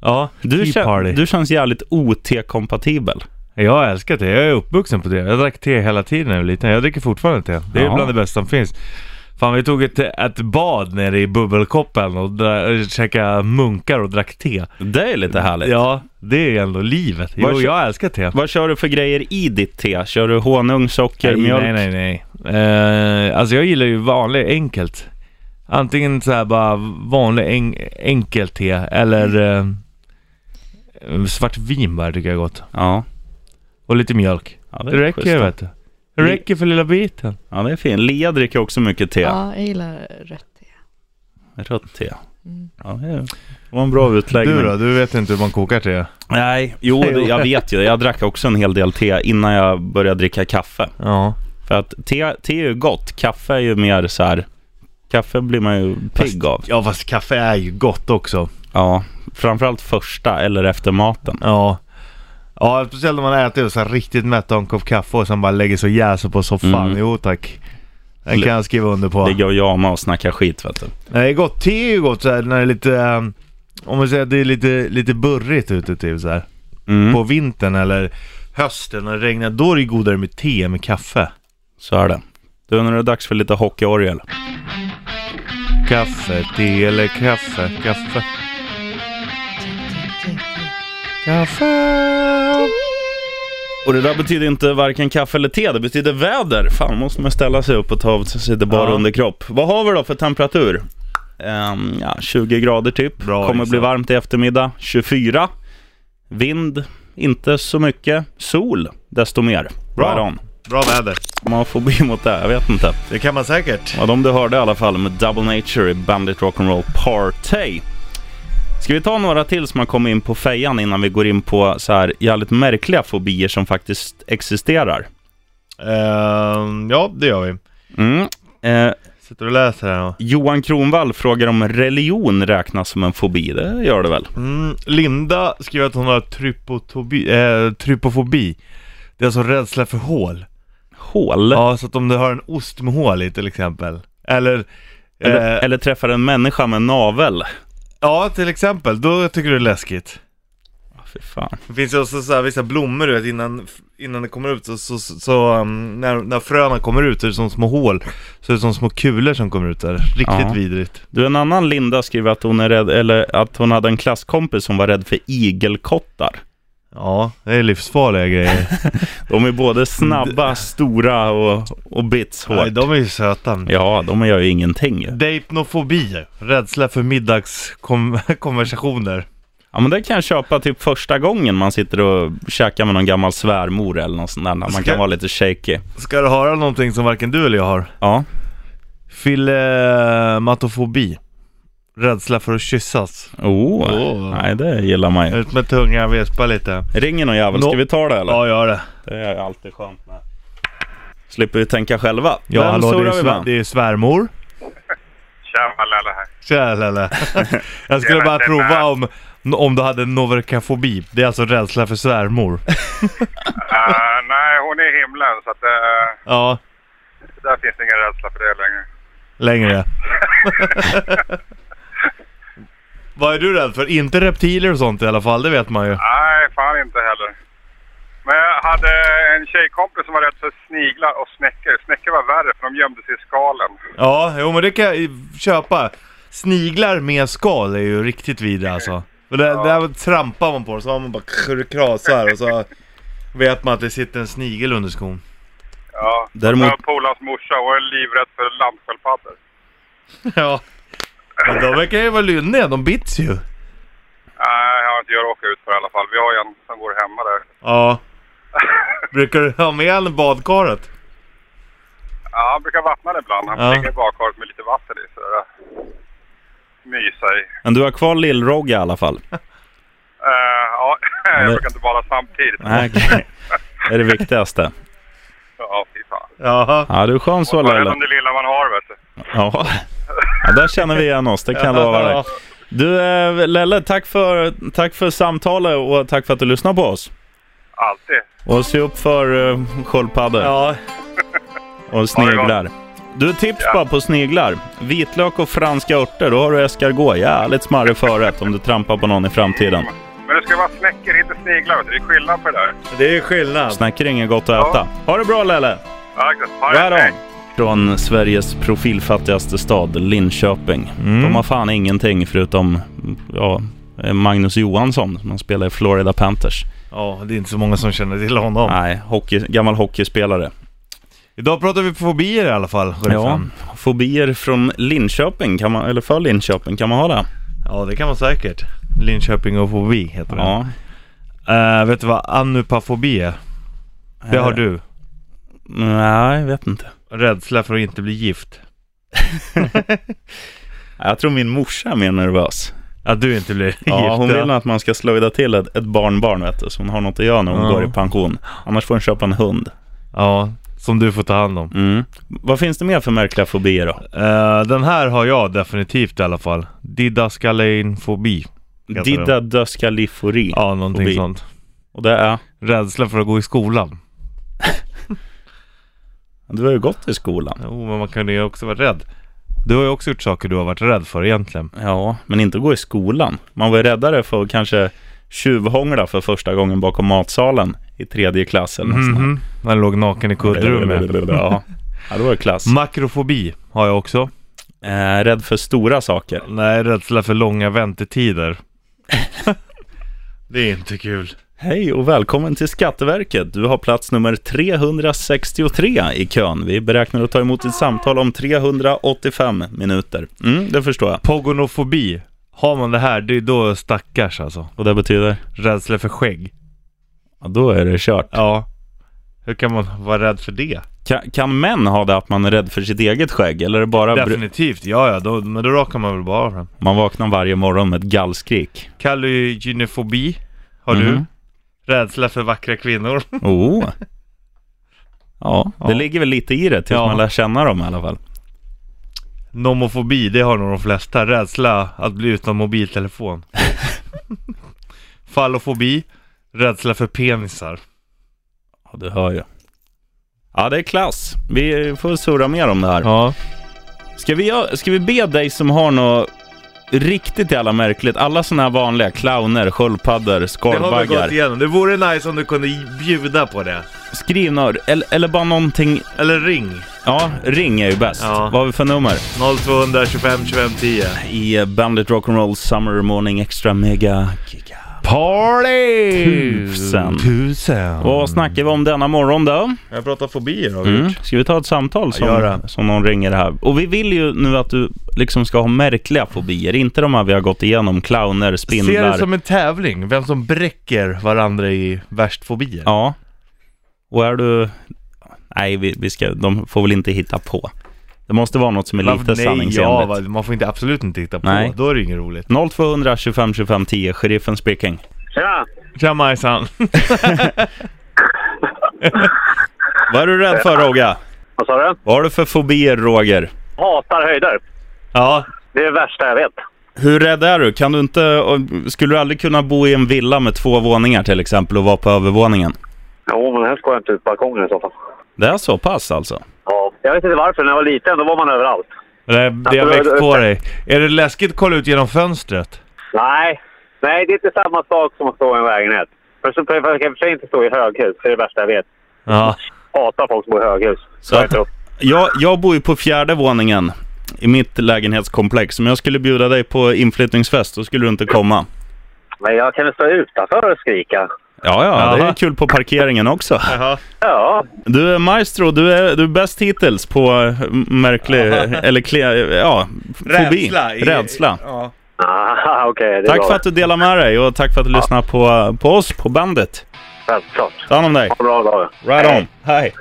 Ja, Du, tea kän- party. du känns jävligt OT-kompatibel. Jag har älskat det. Jag är uppvuxen på det. Jag drack te hela tiden när jag var liten. Jag dricker fortfarande te. Det är Ja. bland det bästa som finns. Fan vi tog ett, ett bad nere i bubbelkoppen och dra- käkade munkar och drack te. Det är lite härligt. Ja, det är ändå livet. Jo, Vars- jag älskar te. Vad kör du för grejer i ditt te? Kör du honung, socker, nej, mjölk? nej, nej, nej. Eh, alltså jag gillar ju vanligt enkelt. Antingen så här bara vanlig en, enkelt te eller eh, svart vinbär tycker jag är gott. Ja. Och lite mjölk. Ja, Det räcker schysst. ju vet du. Det räcker för lilla biten. Ja, det är fint. Lia dricker också mycket te. Ja, jag gillar rött te. Rött te. Ja, det var en bra utläggning. Du vet inte hur man kokar te? Nej, jo, det, jag vet ju. Jag drack också en hel del te innan jag började dricka kaffe. Ja. För att te, te är ju gott. Kaffe är ju mer så här... Kaffe blir man ju pigg av. Ja fast kaffe är ju gott också. Ja, framförallt första eller efter maten. Ja. Ja, speciellt när man äter och så här riktigt mätt av en kopp kaffe och sen bara lägger sig och jäser på soffan. Mm. Jo tack. Den kan jag skriva under på. Ligga och jama och snacka skit, vet du. Nej, det är gott. Te är ju gott så här, när det är lite, ehm, om man säger att det är lite, lite burrigt ute typ så här. Mm, På vintern eller hösten när det regnar, då är det ju godare med te än med kaffe. så är det. Du, nu är det dags för lite hockeyorgel. Kaffe, te eller kaffe, kaffe. Kaffe! Och det där betyder inte varken kaffe eller te, det betyder väder. Fan, måste man ställa sig upp och ta av sig sitt bara Ja. underkropp. Vad har vi då för temperatur? Ehm, ja, 20 grader typ. Bra Kommer gissat. bli varmt i eftermiddag. 24. Vind, inte så mycket. Sol, desto mer. Bra. Bra. Bra väder. Man får be mot det, jag vet inte. Det kan man säkert. Ja, de du hörde i alla fall med Double Nature i Bandit Rock'n'Roll Party. Ska vi ta några till som har kommit in på fejan innan vi går in på så här jävligt märkliga fobier som faktiskt existerar? Ehm, ja, det gör vi. Mm. Eh, Sitter och läser här då. Johan Kronvall frågar om religion räknas som en fobi. Det gör det väl? Mm, Linda skriver att hon har trypotobi, eh, trypofobi. Det är alltså rädsla för hål. Hål? Ja, så att om du har en ost med hål i till exempel. Eller, Eller, eh, eller träffar en människa med navel? ja till exempel, då tycker du det är läskigt. Ah, Fy fan. Det finns ju också så här, vissa blommor du vet innan, innan det kommer ut så, så, så, så um, när, när fröna kommer ut så är det som små hål. Så är det som små kulor som kommer ut där. Riktigt Ja. vidrigt. Du, en annan Linda skriver att hon, är rädd, eller att hon hade en klasskompis som var rädd för igelkottar. Ja, det är livsfarliga grejer. De är både snabba, stora och, och bits hårt. Mm, Nej, de är ju söta. Ja, de gör ju ingenting ju. Dejpnofobi, rädsla för middagskonversationer. Ja, men det kan jag köpa typ första gången man sitter och käkar med någon gammal svärmor eller något sånt där. när Man Ska- kan vara lite shaky. Ska du höra någonting som varken du eller jag har? Ja. Filematofobi, eh, rädsla för att kyssas. Oh. Åh. Nej, det gillar man ju. Ut med tungan, vespa lite. Ringer någon jävel, ska Nå- vi ta det eller? Ja, gör det. Det är ju alltid skönt med. Slipper vi tänka själva. Ja, Vem hallå, det surrar är, vi svär, med? det är svärmor. Tjena Lelle här. Tja, Lelle. Jag skulle Tjena, bara tjena. prova om, om du hade noverkafobi. Det är alltså rädsla för svärmor. Eh, nej, hon är i himlen så att, eh, Ja, där finns ingen rädsla för det längre. längre. Vad är du rädd för? Inte reptiler och sånt i alla fall, det vet man ju. Nej, fan inte heller. Men jag hade en tjejkompis som var rädd för sniglar och snäckor. Snäckor var värre för de gömde sig i skalen. Ja, jo men det kan jag ju köpa. Sniglar med skal är ju riktigt vidriga alltså. Och där, där trampar man på det, så har man bara kr- krasar och så vet man att det sitter en snigel under skon. Ja. Däremot- Jag har polarns morsa och är livrädd för lammsköldpaddor. Ja. Men de verkar ju vara lynniga, de bits ju. Nej, jag har inte jag råkat ut för i alla fall. Vi har ju en som går hemma där. Ja. Brukar du ha med en badkaret? Ja, han brukar vattna den ibland. Han Ja. ligger i badkaret med lite vatten i. Så där. Mysa i. Men du har kvar lill i alla fall. Eh, ja, jag Men- brukar inte bada samtidigt. Nej, okej. Det är det viktigaste. Ja, fy fan. Jaha. Ja, du är skön så Vad är det Laila. om det lilla man har, vet du. Ja. ja, där känner vi igen oss. Det kan jag lova dig. Du, eh, Lelle, tack för, tack för samtalet och tack för att du lyssnar på oss. Alltid. Och se upp för uh, sköldpaddor Ja. och sniglar. Du, tips bara på sniglar. Vitlök och franska örter, då har du escargot. Jävligt smarrig förrätt om du trampar på någon i framtiden. Men det ska vara snäckor, inte sniglar. vet du. Det är skillnad på det där. Det är skillnad. Snackar inget gott att äta. Ha det bra Lelle! Ja, exakt. Ha det. Ja då. Hej. Från Sveriges profilfattigaste stad, Linköping. De har fan ingenting förutom ja, Magnus Johansson som spelar i Florida Panthers. Ja, det är inte så många som känner till honom. Nej, hockey, gammal hockeyspelare. Idag pratar vi fobier i alla fall, Ja, sheriffen. fobier från Linköping, kan man, eller för Linköping, kan man ha det? ja, det kan man säkert. Linköping och fobi heter det. Ja. Eh, vet du vad anupafobi är? Det har du. Nej, jag vet inte. Rädsla för att inte bli gift. Jag tror min morsa är mer nervös. Att du inte blir Ja, gift. hon vill att man ska slöjda till ett, ett barnbarn, vet du, så hon har något att göra när hon Ja. går i pension. Annars får hon köpa en hund. Ja, som du får ta hand om. Mm. Vad finns det mer för märkliga fobier då? Eh, den här har jag definitivt i alla fall. Didaskaleinfobi. heter den. Didda döskalifori. Ja, någonting fobi. sånt. Och det är? Rädsla för att gå i skolan. Du har ju gått i skolan. Jo, Oh, men man kan ju också vara rädd. Du har ju också gjort saker du har varit rädd för egentligen. Ja, men inte gå i skolan. Man var ju räddare för att kanske tjuvhångla för första gången bakom matsalen i tredje klass eller något sånt där. Mhm. Man låg naken i kuddrummet. Ja. ja, det var ju klass. Makrofobi har jag också. Eh, rädd för stora saker. Nej, rädsla för långa väntetider. det är inte kul. Hej och välkommen till Skatteverket. Du har plats nummer 363 i kön. Vi beräknar att ta emot ett samtal om 385 minuter. Mm, det förstår jag. Pogonofobi. Har man det här, det är då stackars alltså. Och det betyder? Rädsla för skägg. Ja, då är det kört. Ja. Hur kan man vara rädd för det? Kan, kan män ha det att man är rädd för sitt eget skägg? Eller är det bara br- Definitivt, ja ja, då, men då rakar man väl bara av den. man vaknar varje morgon med ett gallskrik? Kallogynofobi har Mhm. du. Rädsla för vackra kvinnor. Oh. Ja, det ligger väl lite i det tills Ja. man lär känna dem i alla fall. Nomofobi, det har nog de flesta. Rädsla att bli utan mobiltelefon. Fallofobi, rädsla för penisar. Ja, du hör ju. Ja, det är klass. Vi får surra mer om det här. Ja. Ska vi, gö- ska vi be dig som har något riktigt jävla märkligt, alla sådana här vanliga clowner, sköldpaddor, Det har vi gått skalbaggar. igenom. Det vore nice om du kunde bjuda på det. Skriv något, eller, eller bara någonting. Eller ring. Ja, ring är ju bäst. Ja. Vad har vi för nummer? 0200 25 25 10. I eh, Bandit Rock'n'Roll Summer Morning Extra Mega Giga. Party! Tusen. Tusen. Vad snackar vi om denna morgon då? Jag pratar fobier har vi Mm. gjort. Ska vi ta ett samtal Ja, gör som, som någon ringer här? Och vi vill ju nu att du liksom ska ha märkliga fobier, inte de här vi har gått igenom, clowner, Se spindlar. det som en tävling, vem som bräcker varandra i värst fobier. Ja. Och är du... Nej, vi, vi ska, de får väl inte hitta på. Det måste vara något som är Man- lite nej, ja, sanningsenligt. va, man får inte absolut inte titta på, Nej. då är det inget roligt. 0200 25 25 10, sheriffen speaking. Tjena! Tja Majsan! Vad är du rädd för Roger? Vad sa du? Vad har du för fobier Roger? Hatar höjder. Ja, Det är det värsta jag vet. Hur rädd är du? Kan du inte, skulle du aldrig kunna bo i en villa med två våningar till exempel och vara på övervåningen? Jo, men helst går jag inte ut på balkongen i så fall. Det är så pass alltså? Ja. Jag vet inte varför. När jag var liten då var man överallt. det, det har växt på dig. Är det läskigt att kolla ut genom fönstret? Nej, nej det är inte samma sak som att stå i en lägenhet. För så för jag kan i och för sig inte stå i höghus. Det är det värsta jag vet. Ja. Hatar folk som bor i höghus. Så att, jag, jag bor ju på fjärde våningen i mitt lägenhetskomplex. Om jag skulle bjuda dig på inflyttningsfest då skulle du inte komma. Men jag kan väl stå utanför och skrika. Ja, ja, det är Jaha. kul på parkeringen också. Ja, Du är maestro, du är, du är bäst hittills på eh, märklig, eller kle, eh, ja, fobi. Rädsla. Ja. ah, okej. Tack för att du delar med dig och tack för att du lyssnar på, på oss, på bandet. Självklart. Ta hand om dig. Bra dag. Right on. Hej!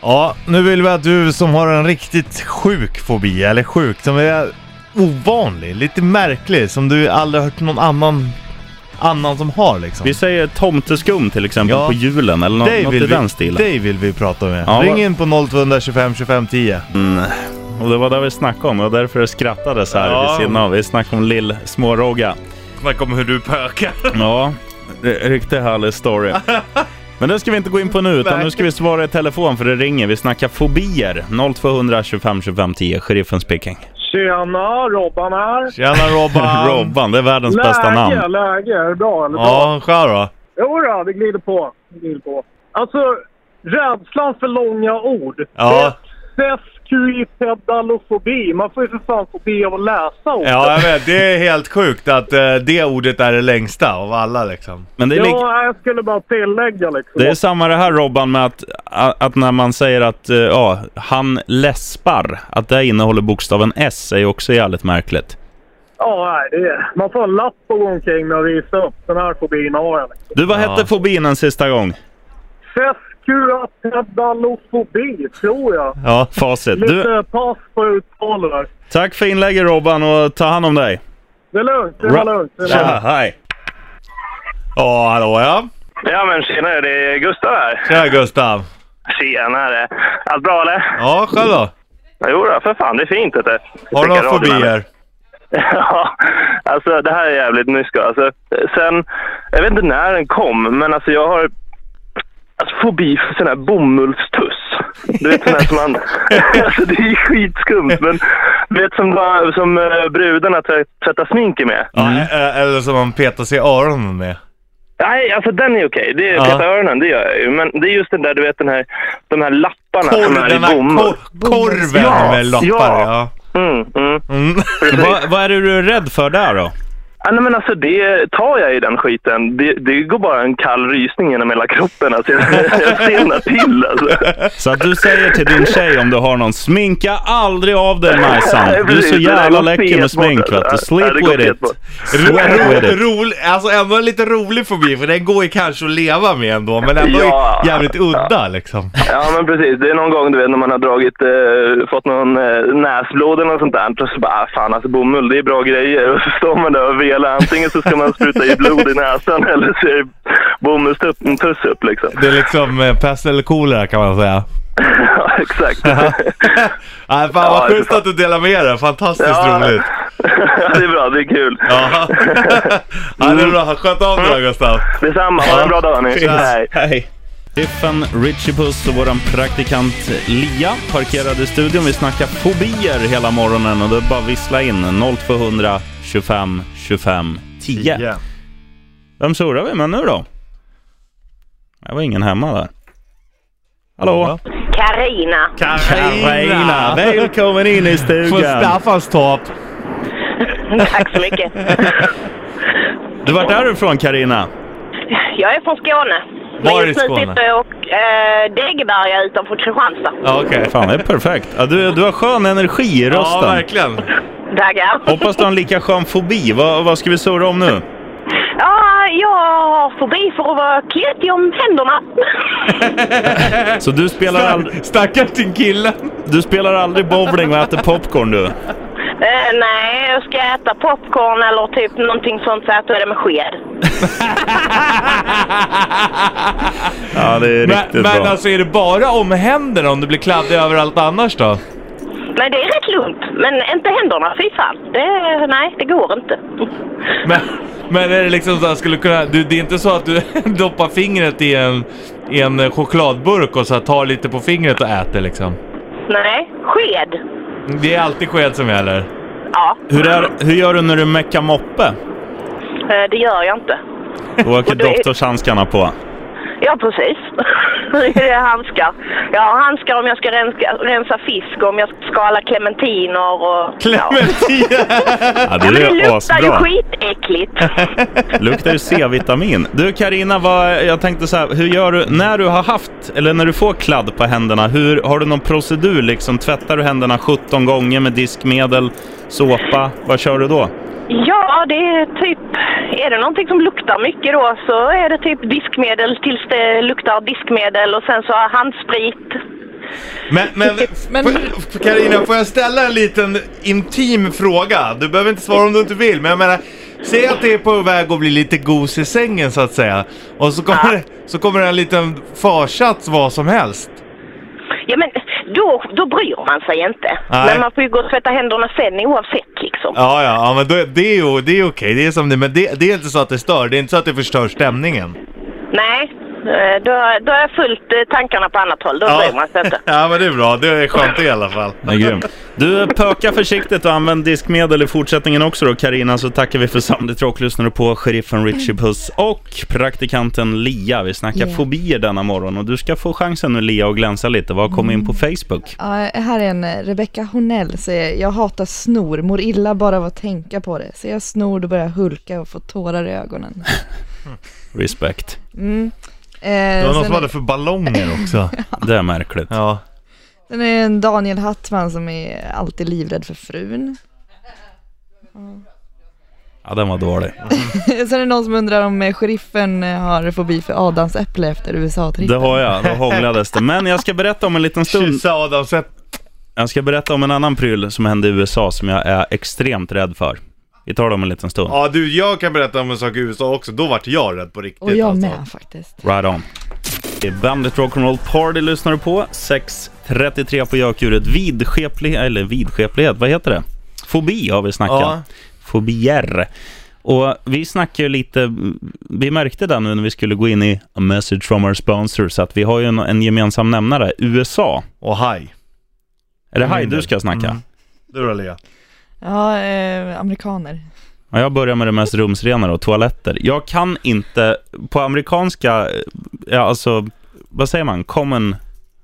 Ja, nu vill vi att du som har en riktigt sjuk fobi, eller sjuk, som är ovanlig, lite märklig, som du aldrig hört någon annan, annan som har liksom. Vi säger tomteskum till exempel Ja. på julen eller något, Dig något vill, i den vi, stilen. dig vill vi prata med. Ja, Ring vad- in på 0225 25 10. Och det var det vi snackade om och därför det skrattades här Ja. vid sidan av. Vi snackade om lill småråga. Snacka om hur du pökar. Ja, r- riktigt härlig story. Men det ska vi inte gå in på nu, utan Nej. nu ska vi svara i telefon för det ringer. Vi snackar fobier. 0200 25 25 10, sheriffen speaking. Tjena, Robban här. Tjena Robban! Robban, det är världens bästa namn. Läge, läge. Är det bra eller? bra? Ja, själv då? Jo då, det glider på. Det glider på. Alltså, rädslan för långa ord. Ja. Sesquipedalofobi. Man får ju för fan fobi av att läsa ord. Ja, jag vet. Det är helt sjukt att eh, det ordet är det längsta av alla liksom. Men det är, lik, Ja, jag skulle bara tillägga liksom. det är samma det här Robban med att, att när man säger att eh, ja, han läspar, att det innehåller bokstaven S är ju också jävligt märkligt. Ja, nej, det är... man får en lapp att gå omkring med och visa upp. Den här fobin har jag liksom. Du, vad Ja. hette fobin en sista gång? Sesquipedalofobi, tror jag. Ja. Facit. Lite Du, pass på uttalet där. tack för inlägget Robban och ta hand om dig. Det är lugnt, det var Ra- lugnt. Det är lugnt. Tja, hej. Ja, hallå ja. Ja men tjenare, det är Gustav här. Tjena Gustav. Tjenare. Allt bra eller? Ja, själv då? Jo då, för fan det är fint vet du. Har du några Tycker jag om det. fobier? Ja, alltså det här är jävligt mysko. Alltså, sen, jag vet inte när den kom, men alltså jag har alltså, fobi för sån här bomullstuss. Du vet sån här som man... alltså det är skitskumt, men du vet som, bara- som eh, brudarna tv- tvättar sminket med. Ja, eh, eller som man petar sig i öronen med. Nej, alltså den är okej. Det är Ja. peta öronen, det gör jag ju. Men det är just den där, du vet den här, de här lapparna som är i Korven, bomull. kor- korven Ja, med lappar ja. ja. Mm, mm. Mm. Vad vad är det du är rädd för där då? Ja, nej, men alltså det tar jag i den skiten. Det, det går bara en kall rysning genom hela kroppen. Alltså, jag, jag stelnar till alltså. Så att du säger till din tjej om du har någon, sminka aldrig av dig Majsan. Du är Precis, så det där jävla går läcker med fet bort, smink alltså. vet du. Sleep Ja, det går with fet it. bort. Ro, Sleep with it. rolig- alltså ändå en lite rolig fobi för den går ju kanske att leva med ändå men ändå Ja. jävligt udda liksom. Ja, men precis. Det är någon gång du vet när man har dragit, eh, fått någon eh, näsblod eller något sånt där. Och så bara, ah, fan alltså bomull, det är bra grejer. Och så står man där och velar. Antingen så ska man spruta i blod i näsan eller så är det bomullstuss upp liksom. Det är liksom eh, pest eller kolera kan man säga. ja, exakt. Nej, fan Ja, vad det är schysst att du delar med dig. Fantastiskt Ja. roligt. det är bra, det är kul. Ja. ja, det är bra. Sköt av dig då Gustav. Detsamma, Mm. ha en bra dag hörni. Fint. Hej. Hej. Tiffen, Richie Puss och våran praktikant Lia parkerade i studion. Vi snackar fobier hela morgonen och det är bara att vissla in. 0200 25 25 10. Vem surrar vi med nu då? Det var ingen hemma där. Hallå? Karina. Carina, välkommen in i Från stugan! Staffanstorp. Tack så mycket. Du, vart är du ifrån Carina? Jag är från Skåne. Var Men i just nu Skåne? sitter jag och eh, Degeberga utanför Kristianstad. Ja, okej. Fan, det är perfekt. Ja, du, du har skön energi i Ja, rösten. verkligen. Dagar. Hoppas du har en lika skön fobi. Vad, vad ska vi surra om nu? Ja, jag har fobi för att vara kletig om händerna. Så du spelar, aldrig, Stackars din kille. du spelar aldrig bowling och äter popcorn du? Eh, nej, jag ska äta popcorn eller typ någonting sånt så äter jag det med sked. Ja, det är Men, riktigt men bra. alltså är det bara om händerna om du blir kladdig överallt annars då? Men det är rätt lugnt. Men inte händerna, fy fan. Det, nej, det går inte. Men, men är det liksom så att skulle kunna, du, det är inte så att du doppar fingret i en, i en eh, chokladburk och så här tar lite på fingret och äter liksom? Nej, sked. Det är alltid sked som gäller. Ja, Hur, är, hur gör du när du meckar moppe? eh, det gör jag inte. Då åker Och det är- doktorshandskarna på. Ja, precis. Det är handskar. Jag har handskar om jag ska renska, rensa fisk, om jag ska skala clementiner och... Ja. Ja, Ja, det men det är ju luktar ju asbra. skitäckligt. Luktar ju C-vitamin. Du Karina, vad- jag tänkte så här, hur gör du när du har haft, eller när du får kladd på händerna, hur, har du någon procedur liksom? Tvättar du händerna 17 gånger med diskmedel, såpa? Vad kör du då? Ja, det är typ... Är det någonting som luktar mycket då så är det typ diskmedel tills det luktar diskmedel och sen så handsprit. Men, men, Men- f- Carina, får jag ställa en liten intim fråga? Du behöver inte svara om du inte vill, men jag menar, säg att det är på väg att bli lite gos i sängen så att säga. Och så kommer, det, så kommer det en liten försats vad som helst. Ja, men då, då bryr man sig inte. Nej. Men man får ju gå och tvätta händerna sen oavsett liksom. Ja, ja, ja men då, det är ju det är okej, det är som det men det, det är inte så att det stör, det är inte så att det förstör stämningen. Nej, Eh, Då, då har jag fullt eh, tankarna på annat håll. Då Ja. bryr man sig inte. Ja men det är bra, det är skönt i alla fall. Det är grymt. Du, pöka försiktigt och använd diskmedel i fortsättningen också då Karina så tackar vi för samtidigt och lyssnar på sheriffen Richie Puss och praktikanten Lia. Vi snackar Yeah. fobier denna morgon och du ska få chansen nu Lia att glänsa lite. Vad kom in på Mm. Facebook? Ja, här är en eh, Rebecca Hornell säger, jag hatar snor, mår illa bara av att tänka på det. Ser jag snor då börjar jag hulka och få tårar i ögonen. Respekt. Mm. Eh, Det var någon sen- som hade för ballonger också. Det är märkligt. Ja. Sen är det en Daniel Hattman som är alltid livrädd för frun. Ja, den var dålig. Sen är det någon som undrar om eh, sheriffen eh, har fobi för adamsäpple efter USA-trippen. Det har jag, då hånglades det. Men jag ska berätta om en liten stund. Jag ska berätta om en annan pryl som hände i USA som jag är extremt rädd för. Vi tar det om en liten stund. ja du, jag kan berätta om en sak i USA också. Då vart jag rädd på riktigt. Och jag alltså. med faktiskt. Right on. Det är Bandit Rock'n'Roll Party lyssnar du på. 6.33 på gökuret. Vidskeplighet, eller vidskeplighet, vad heter det? Fobi har vi snackat. Ja. Fobier. Och vi snackar ju lite, vi märkte det nu när vi skulle gå in i A message from our sponsors att vi har ju en, en gemensam nämnare, USA. Och haj. Är det Mm. haj du ska snacka? Mm. Du då Lea? Ja, eh, amerikaner. Ja, jag börjar med det mest rumsrena då, toaletter. Jag kan inte, på amerikanska, eh, ja, alltså, vad säger man, common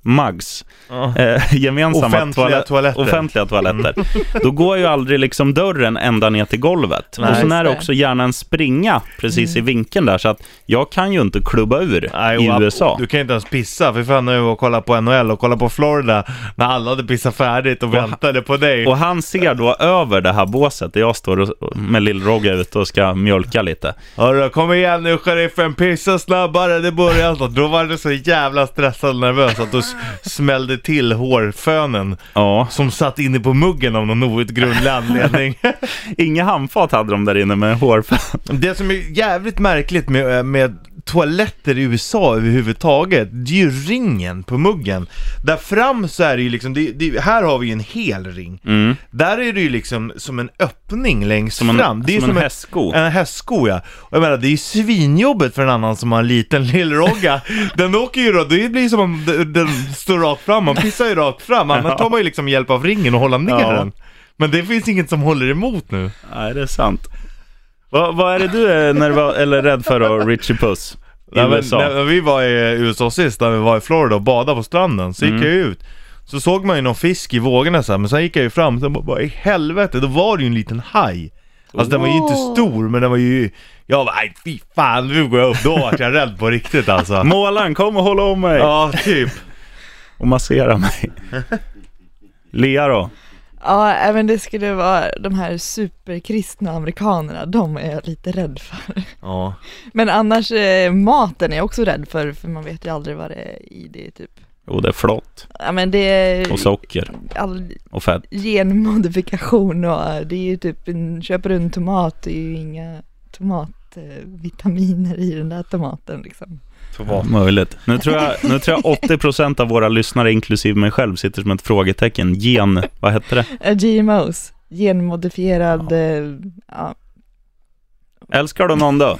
mugs, Ja. eh, gemensamma Offentliga toaletter. Offentliga toaletter. Då går ju aldrig liksom dörren ända ner till golvet. Nej. och sen är det Just det. också gärna en springa precis i vinkeln där, så att jag kan ju inte klubba ur Nej, i och- USA. Du kan ju inte ens pissa. För fan när jag var och kollade på NHL och kollade på Florida när alla hade pissat färdigt och väntade på dig. Och han ser då över det här båset där jag står och, och- med lill-Rogge ute och ska mjölka lite. Hörru, kom igen nu sheriffen, pissa snabbare, det börjar snart. Då var du så jävla stressad och nervös att du s- smällde till hårfönen Ja. som satt inne på muggen av någon outgrundlig anledning. Inga handfat hade de där inne med hårfön. det som är jävligt märkligt med, eh, med toaletter i USA överhuvudtaget, det är ju ringen på muggen. Där fram så är det ju liksom, det, det, här har vi ju en hel ring. Mm. Där är det ju liksom som en öppning längst Som en- fram. Det är ju som en hästsko. En hästsko ja. Och jag menar det är ju svinjobbigt för en annan som har en liten lillrogga. den åker ju då, det blir ju som om d- den står rakt fram, man pissar ju rakt fram. Annars tar man ju liksom hjälp av ringen och håller ner Ja. den. Men det finns inget som håller emot nu. Nej, det är sant. Vad, vad är det du är nervös, eller rädd för då, Richie Puss? I Nej, men, USA? när, när vi var i USA sist, när vi var i Florida och badade på stranden, så gick Mm. jag ut. Så såg man ju någon fisk i vågorna så här, men sen gick jag ju fram och bara, bara i helvete, då var det ju en liten haj. Alltså den var ju inte stor, men den var ju... Jag bara, nej fy fan, nu går jag upp. Då vart jag rädd på riktigt alltså. Målan, kom och håll om mig! Ja, typ. Och massera mig. Lea då? Ja, även det skulle vara de här superkristna amerikanerna, de är jag lite rädd för. Ja. Men annars, eh, maten är jag också rädd för, för man vet ju aldrig vad det är i det typ. Jo, det är flott. Ja men det är Och socker. all Och fett. genmodifikation och eh, det är ju typ, en, köper du en tomat, det är ju inga tomatvitaminer i den där tomaten liksom. Möjligt. Nu tror, jag, nu tror jag 80% av våra lyssnare, inklusive mig själv, sitter som ett frågetecken. Gen... Vad hette det? Eh, GMOs, genmodifierad, eh, ja. Älskar du någon då?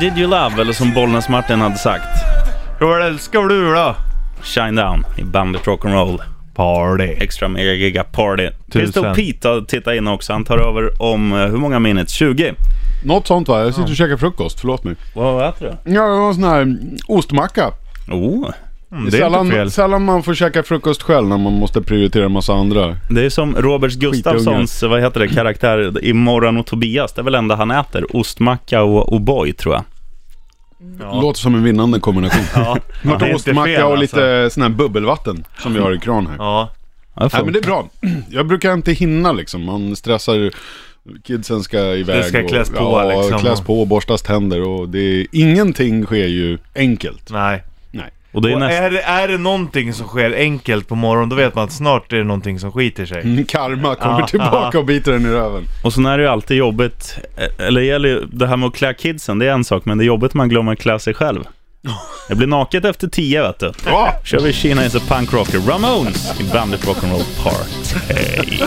Did you love, eller som Bollnäs-Martin hade sagt, Hur älskar du då? Shine down i bandet rock'n'roll. Party. Extra mega giga party. Tusen. Pistol Pete har tittat in också. Han tar över om, eh, hur många minutes? 20? Något sånt va? Jag sitter och käkar frukost, förlåt mig. Vad äter du? Ja, det var en sån här mm, ostmacka. Oh, Mm, det är inte Sällan, fel. sällan man får käka frukost själv när man måste prioritera en massa andra. det är som Robert Gustafssons, vad heter det, karaktär i Morran och Tobias. Det är väl det enda han äter. Ostmacka och O'boy tror jag. Låter som en vinnande kombination. Ja, Man det är tar inte fel, ostmacka och alltså. lite sån här bubbelvatten som vi har i kran här. Ja. Ja, Nej men det är bra. Jag brukar inte hinna liksom. Man stressar, kidsen ska iväg. Det ska och- kläs på, ja, liksom. kläs på, borstas tänder och det är, ingenting sker ju enkelt. Nej. Nej. Och det är Och nästan... är, det- är det någonting som sker enkelt på morgonen, då vet man att snart är det någonting som skiter sig. Mm, Karma kommer Ah, tillbaka och biter en i röven. Och sen är det ju alltid jobbigt, eh, eller det gäller ju det här med att klä kidsen, det är en sak, men det är jobbigt man glömmer klä sig själv. Det blir naket efter tio vet du. Ja. kör vi Kina is a punk rocker, Ramones i Bandit Rock'n'Roll Party.